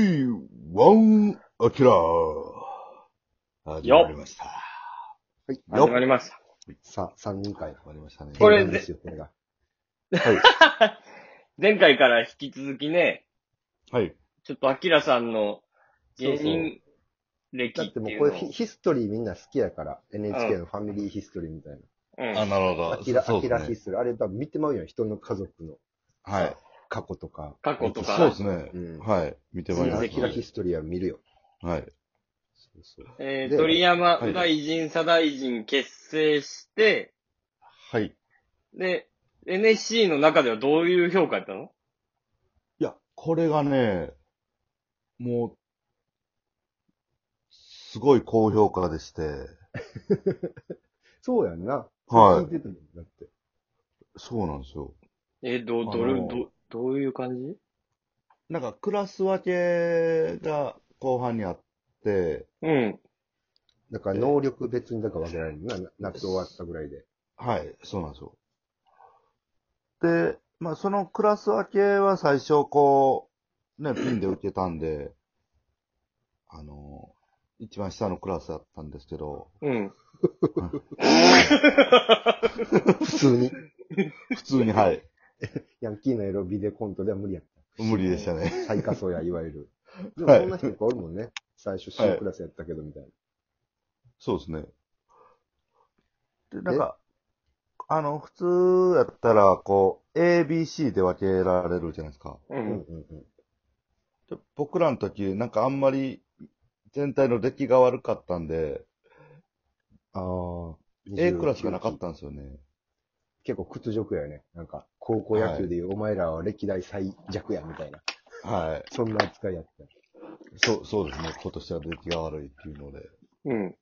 OMC1 アキラー。始まりました。はい。よっ始まりました。さ、3人会。終わりましたね。これでですよ、これが。はい。前回から引き続きね、はい。ちょっとアキラさんの芸人歴だっっててもいううこのれヒヒストリーみんな好きやから、NHK のファミリーヒストリーみたいをあ、なるほな。ど。アキラ、そうアでキすねラヒストリー。あれ多分見てまうやん、人の家族のはい。過去とか。過去とか、そうですねう。ん。はい。見てまいりアまキラしヒストリーは見るよ。た。はい。そうそう。えーで鳥山はい大臣、左大臣結成して、はい。で、NSC の中ではどういう評価やったのいや、これがね、もう、すごい高評価でして、そうやんな。はい聞いてたもんだって。そうなんですよ。えーどう、あどれ、のど、どういう感じなんか、クラス分けが後半にあって、うん。だから能力別にだから分けられるな。な夏終わったぐらいで。はい、そうなんですよ。で、まあ、そのクラス分けは最初、こう、 ね、ピンで受けたんで、あの、一番下のクラスだったんですけど、 うん。普通に。普通に、はい。ヤンキーのエロビデコントでは無理やっ無理でしたね。た。最下層や、いわゆる。でもはいそんな人いっぱいおるもんね。最初 C クラスやったけどみたいな。そうですね。で、なんか、あの、普通やったら、こう、A、B、C で分けられるじゃないですか。ううんん。うんうん。で僕らの時、なんかあんまり全体の出来が悪かったんで、ああ。 A クラスがなかったんですよね。結構屈辱やね。なんか、高校野球でいうお前らは歴代最弱やみたいな。はい。そんな扱いやった。そう、そうですね。今年は出来が悪いっていうので。うん。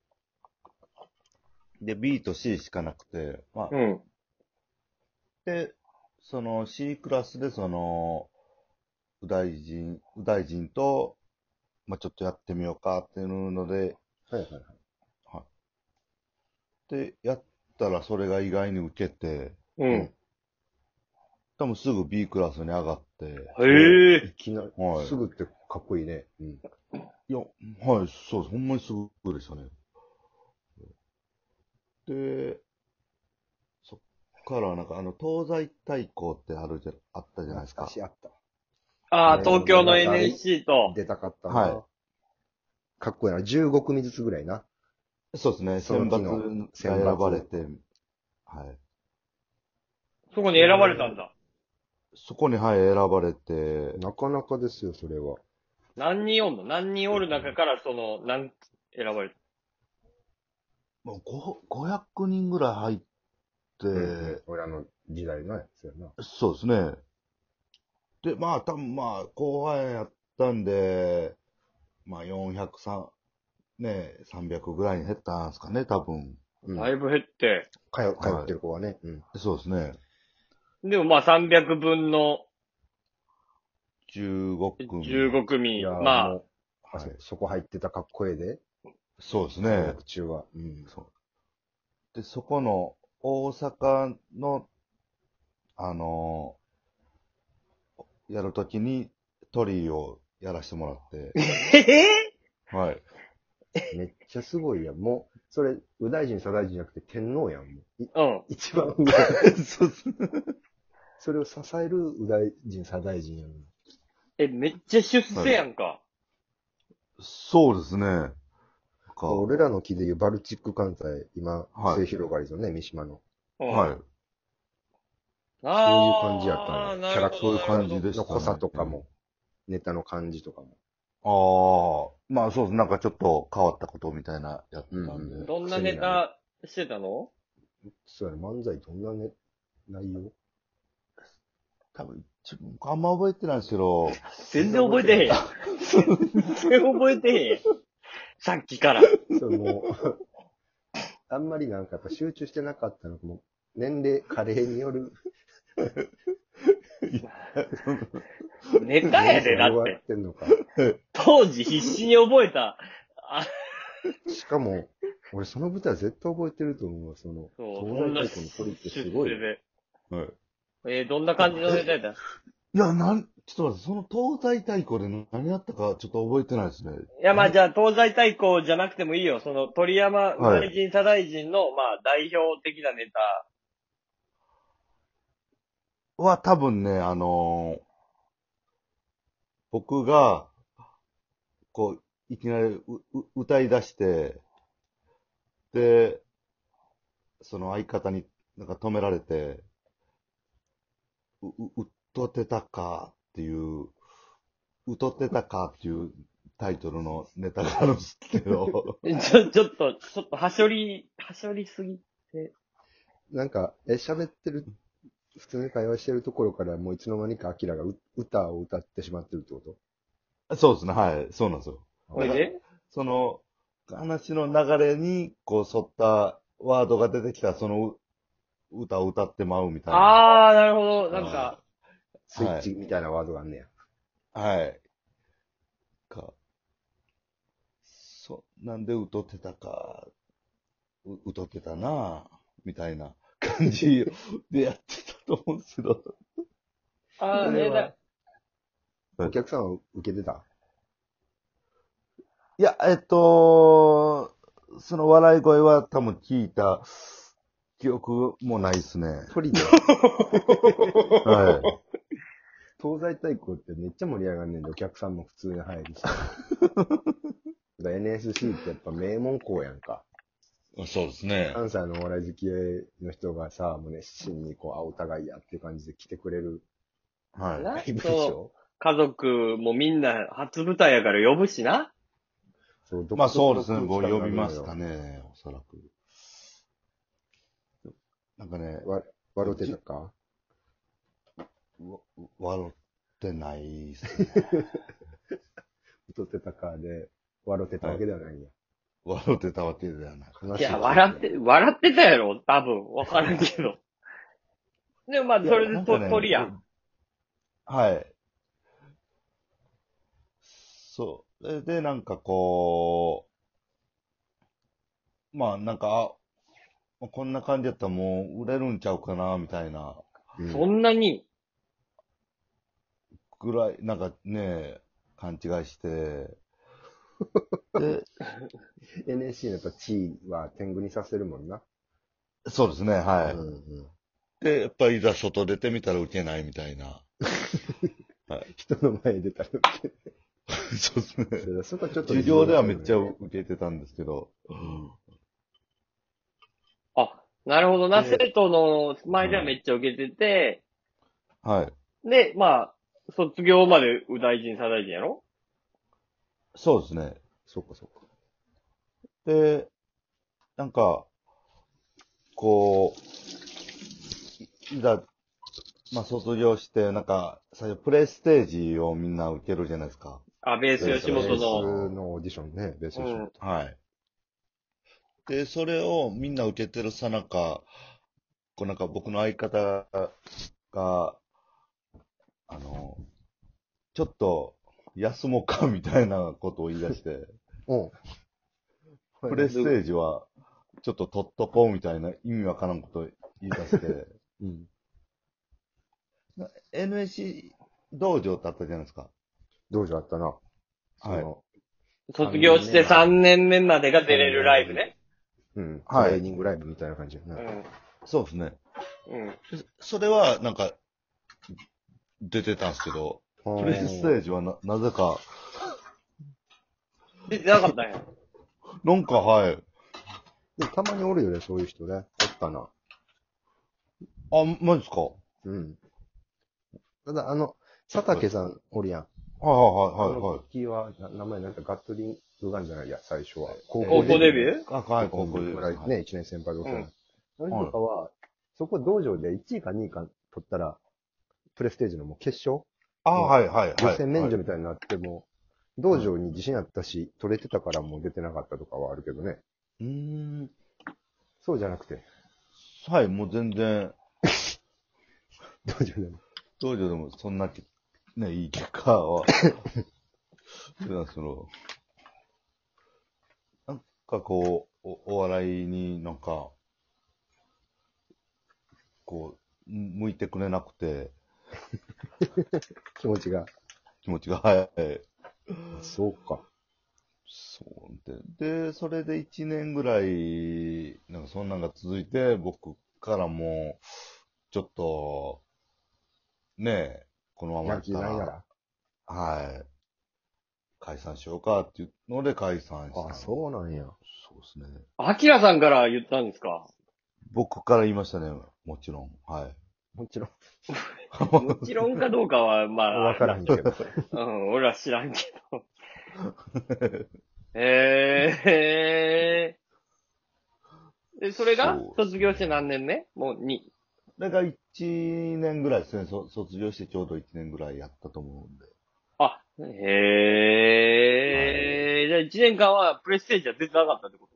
で、B と C しかなくて、まあ、うん。で、その C クラスで、その、右大臣、右大臣と、まあちょっとやってみようかっていうので、はいはいはい。で、やったらそれが意外に受けて、うん。多分すぐ B クラスに上がって、へえ。いきなり、はいすぐってかっこいいね。うん。いや、はい、そうです。ほんまにすぐでしたね。で、そっからなんかあの、東西対抗ってあるじゃ、あったじゃないですか。昔あった。ああ、ね東京のなんか NSC と、出たかったな。はかっこいいな。15組ずつぐらいな。そうですね、その選日抜のが選抜選ばれて、はい。そこに選ばれたんだ。そこに、はい、選ばれて、なかなかですよ、それは。何人おんの何人おる中から、その、何、選ばれたもうご500人ぐらい入って、うん俺らの時代のやつやな。そうですね。で、まあ、多分まあ、後半やったんで、まあ、400、3ね、300ぐらいに減ったんですかね、多分。うん。だいぶ減って、通通ってる子はね。うん。そうですね。でもまあ300分の15組。 15組、いやまあ、もうあそそこ入ってたかっこええで。そうですえね。中は。うん。そうで、そこの、大阪の、あのーやるときに、トリをやらせてもらって、ええ はい。めっちゃすごいやん。もう、それ、右大臣、左大臣じゃなくて天皇やん。もうい うん。一番上。そうっすそれを支える右大臣、左大臣やん。え、めっちゃ出世やんか。そうですね。なんか俺らの木でいうバルチック艦隊、今、はい末広がりですよね、三島の。うん。はい。あーそういう感じやったねなるほどキャラクターそういう感じでしたのね濃さとかも、ネタの感じとかも。ああ、まあそうです。なんかちょっと変わったことみたいなやったんで。うんどんなネタしてたのそうやね、漫才どんなね、内容多分、ちょ僕あんま覚えてないんですけど、全然覚えてへんやん。全然覚えてへんや ん。さっきから。それもう、 あんまりなんかやっぱ集中してなかったのかも、年齢、加齢による。ネタ やで、だっ弱てっ。てんのか。当時必死に覚えた。しかも、俺その舞台絶対覚えてると思うわ、その、そう、そん東な出大太鼓の鳥ってすごい。世で。はい、えーどんな感じのネタやったいや、なん、ちょっと待って、その東西対抗で何やったかちょっと覚えてないですね。いや、まあじゃあ、東西対抗じゃなくてもいいよ。その、鳥山はい大臣、左大臣の、まあ、代表的なネタ。は多分ね、あのー僕が、こう、いきなりうう歌い出して、で、その相方になんか止められて、う、う、うっとってたかっていう、うとってたかっていうタイトルのネタがあるんですけど、 ちょ、ちょっと、ちょっと、はしょり、はしょりすぎ。なんか、え、喋ってる、普通に会話してるところからもういつの間にかアキラがう歌を歌ってしまってるってことそうですね、はい、そうなんですよ。これでその、話の流れに、こう、沿ったワードが出てきたら、そのう、歌を歌ってまうみたいな。あー、なるほど。なんか、スイッチみたいなワードがあんねや。はい。か。そ、なんで歌ってたか、う歌ってたなぁみたいな感じでやってたと思うんですけど。あこー、れねはだ。はいお客さんは受けてたいや、えっと、その笑い声は多分聞いた記憶もないですね。トリで、はい。東西対抗ってめっちゃ盛り上がんねんで、お客さんも普通に入るし。だから NSC ってやっぱ名門校やんか。 そうですね。関西のお笑い好きの人がさ、もう熱心にこう、あ、お互いやって感じで来てくれるはい。なライブでしそう。ょ家族もみんな初舞台やから呼ぶしな。そう独特のまあそうですね、空僕気感呼があびるのよましたね、おそらく。なんかね、わ、笑ってたかわ笑ってないっす ね。歌ってたかで、笑ってたわけではないんや。笑ってたわけではなく。悲しいや、笑っる。て、笑ってたやろ多分。わからんけど。でもまあ、それでなんとかね鳥やん。。はい。そう。でで、なんかこう、まあなんか、あこんな感じやったらもう売れるんちゃうかな、みたいな。うんそんなに。ぐらい、なんかね、勘違い して、で、 NSC のやっぱ地位は天狗にさせるもんな。そうですね、はうんうん。い。で、やっぱりいざ外出てみたら受けないみたいな。人の前に出たら、 そうですね。そこはちょっと。 授業ではめっちゃ受けてたんですけど、あ、なるほどな。で生徒の前ではめっちゃ受けてて、はい。で、まあ、卒業まで右大臣、左大臣やろそうですね。そうかそうか。で、なんか、こう、いいざ、まあ、卒業して、なんか、最初、プレイステージをみんな受けるじゃないですか。あ、ベース吉本の。ベースのオーディションね、ベース吉本。はい。で、それをみんな受けてるさなか、こうなんか僕の相方が、あの、ちょっと休もうかみたいなことを言い出して、うん。プレステージはちょっと取っとこうみたいな意味わからんことを言い出 して、うん。 NSC 道場ってあったじゃないですか。道場あったな。はいその卒業して3年目までが出れるライブね。うん。はいトレーニングライブみたいな感じやうな。ん。そうですね。うん。それはなんか、出てたんですけど、プレステージ。ジはな、なぜか、出てなかったんや。なんかはい、でもたまにおるよね、そういう人ね。あったな。あ、マジですかうん。ただ、あの、佐竹さんおるやん。はいあはいはいはい、はの時は、な名前なんかガットリングガンじゃないや、最初は。高高校デビューい。あ、はい、高高校校デでビす。ューはらいいね、1年先輩でおったの。あの人とかは、そこ道場で1位か2位か取ったら、プレステージのもう決勝あ、はいはいはい。予選免除みたいになっても、道場に自信あったし、取れてたからもう出てなかったとかはあるけどね。うーん。そうじゃなくて、 はい、もう全然、道場でも。道場でもそんなき、ね、いい結果は。そうなんですけどなんかこう、おお笑いになんか、こう、向いてくれなくて、気持ちが。気持ちが。はい。そうか。そうで。で、それで1年ぐらい、なんかそんなんが続いて、僕からも、ちょっと、ねえ、このままや野った球ないら、なら。はい。解散しようかっていうので解散した。あ、そうなんや。そうですね。 アキラさんから言ったんですか僕から言いましたね。もちろん。はい。もちろん。もちろんかどうかは、ま あ、わからんけど。うん、俺は知らんけ ど。えー、え、それがそうですね卒業して何年目もうにだから1年ぐらいですね。そ卒業してちょうど1年ぐらいやったと思うんで。あ、へえ、じゃあ1年間はプレステージは出てなかったってこ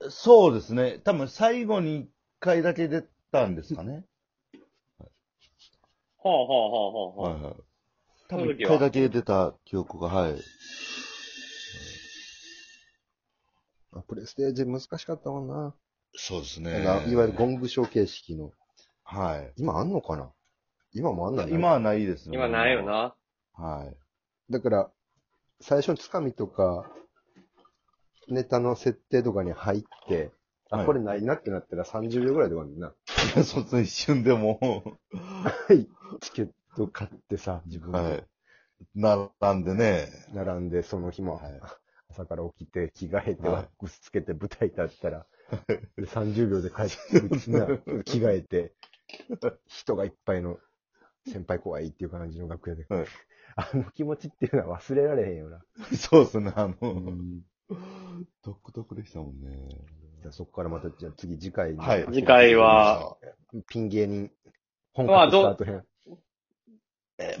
とそうですね。多分最後に1回だけ出たんですかね。はあはあはあはあ、はいははい。そ多の分時1は回だけ出た記憶が、はい。 あプレステージ難しかったもんな。そうですなんかいわゆるゴングショー形式の。はい。今あんのかな今もあんの今。はないですね。今ないよ。な。はい。だから、最初につかみとか、ネタの設定とかに入って、あ、はいこれないなってなったら30秒ぐらいで終わるな。 そうですね、一瞬でもはい。チケット買ってさ、自う、分はでい。並んでね、 並んで、その日もはい朝から起きて、着替えて、はいワックスつけて、舞台立ったら、で30秒で帰ってく るな、着替えて、人がいっぱいの、先輩怖いっていう感じの楽屋で、はい あの気持ちっていうのは忘れられへんよな。そうですね、あの、うん独特でしたもんね。じゃあそこからまた、じゃあ次、次回にはい次回は、ピン芸人、本まあど格スタート編。えまあ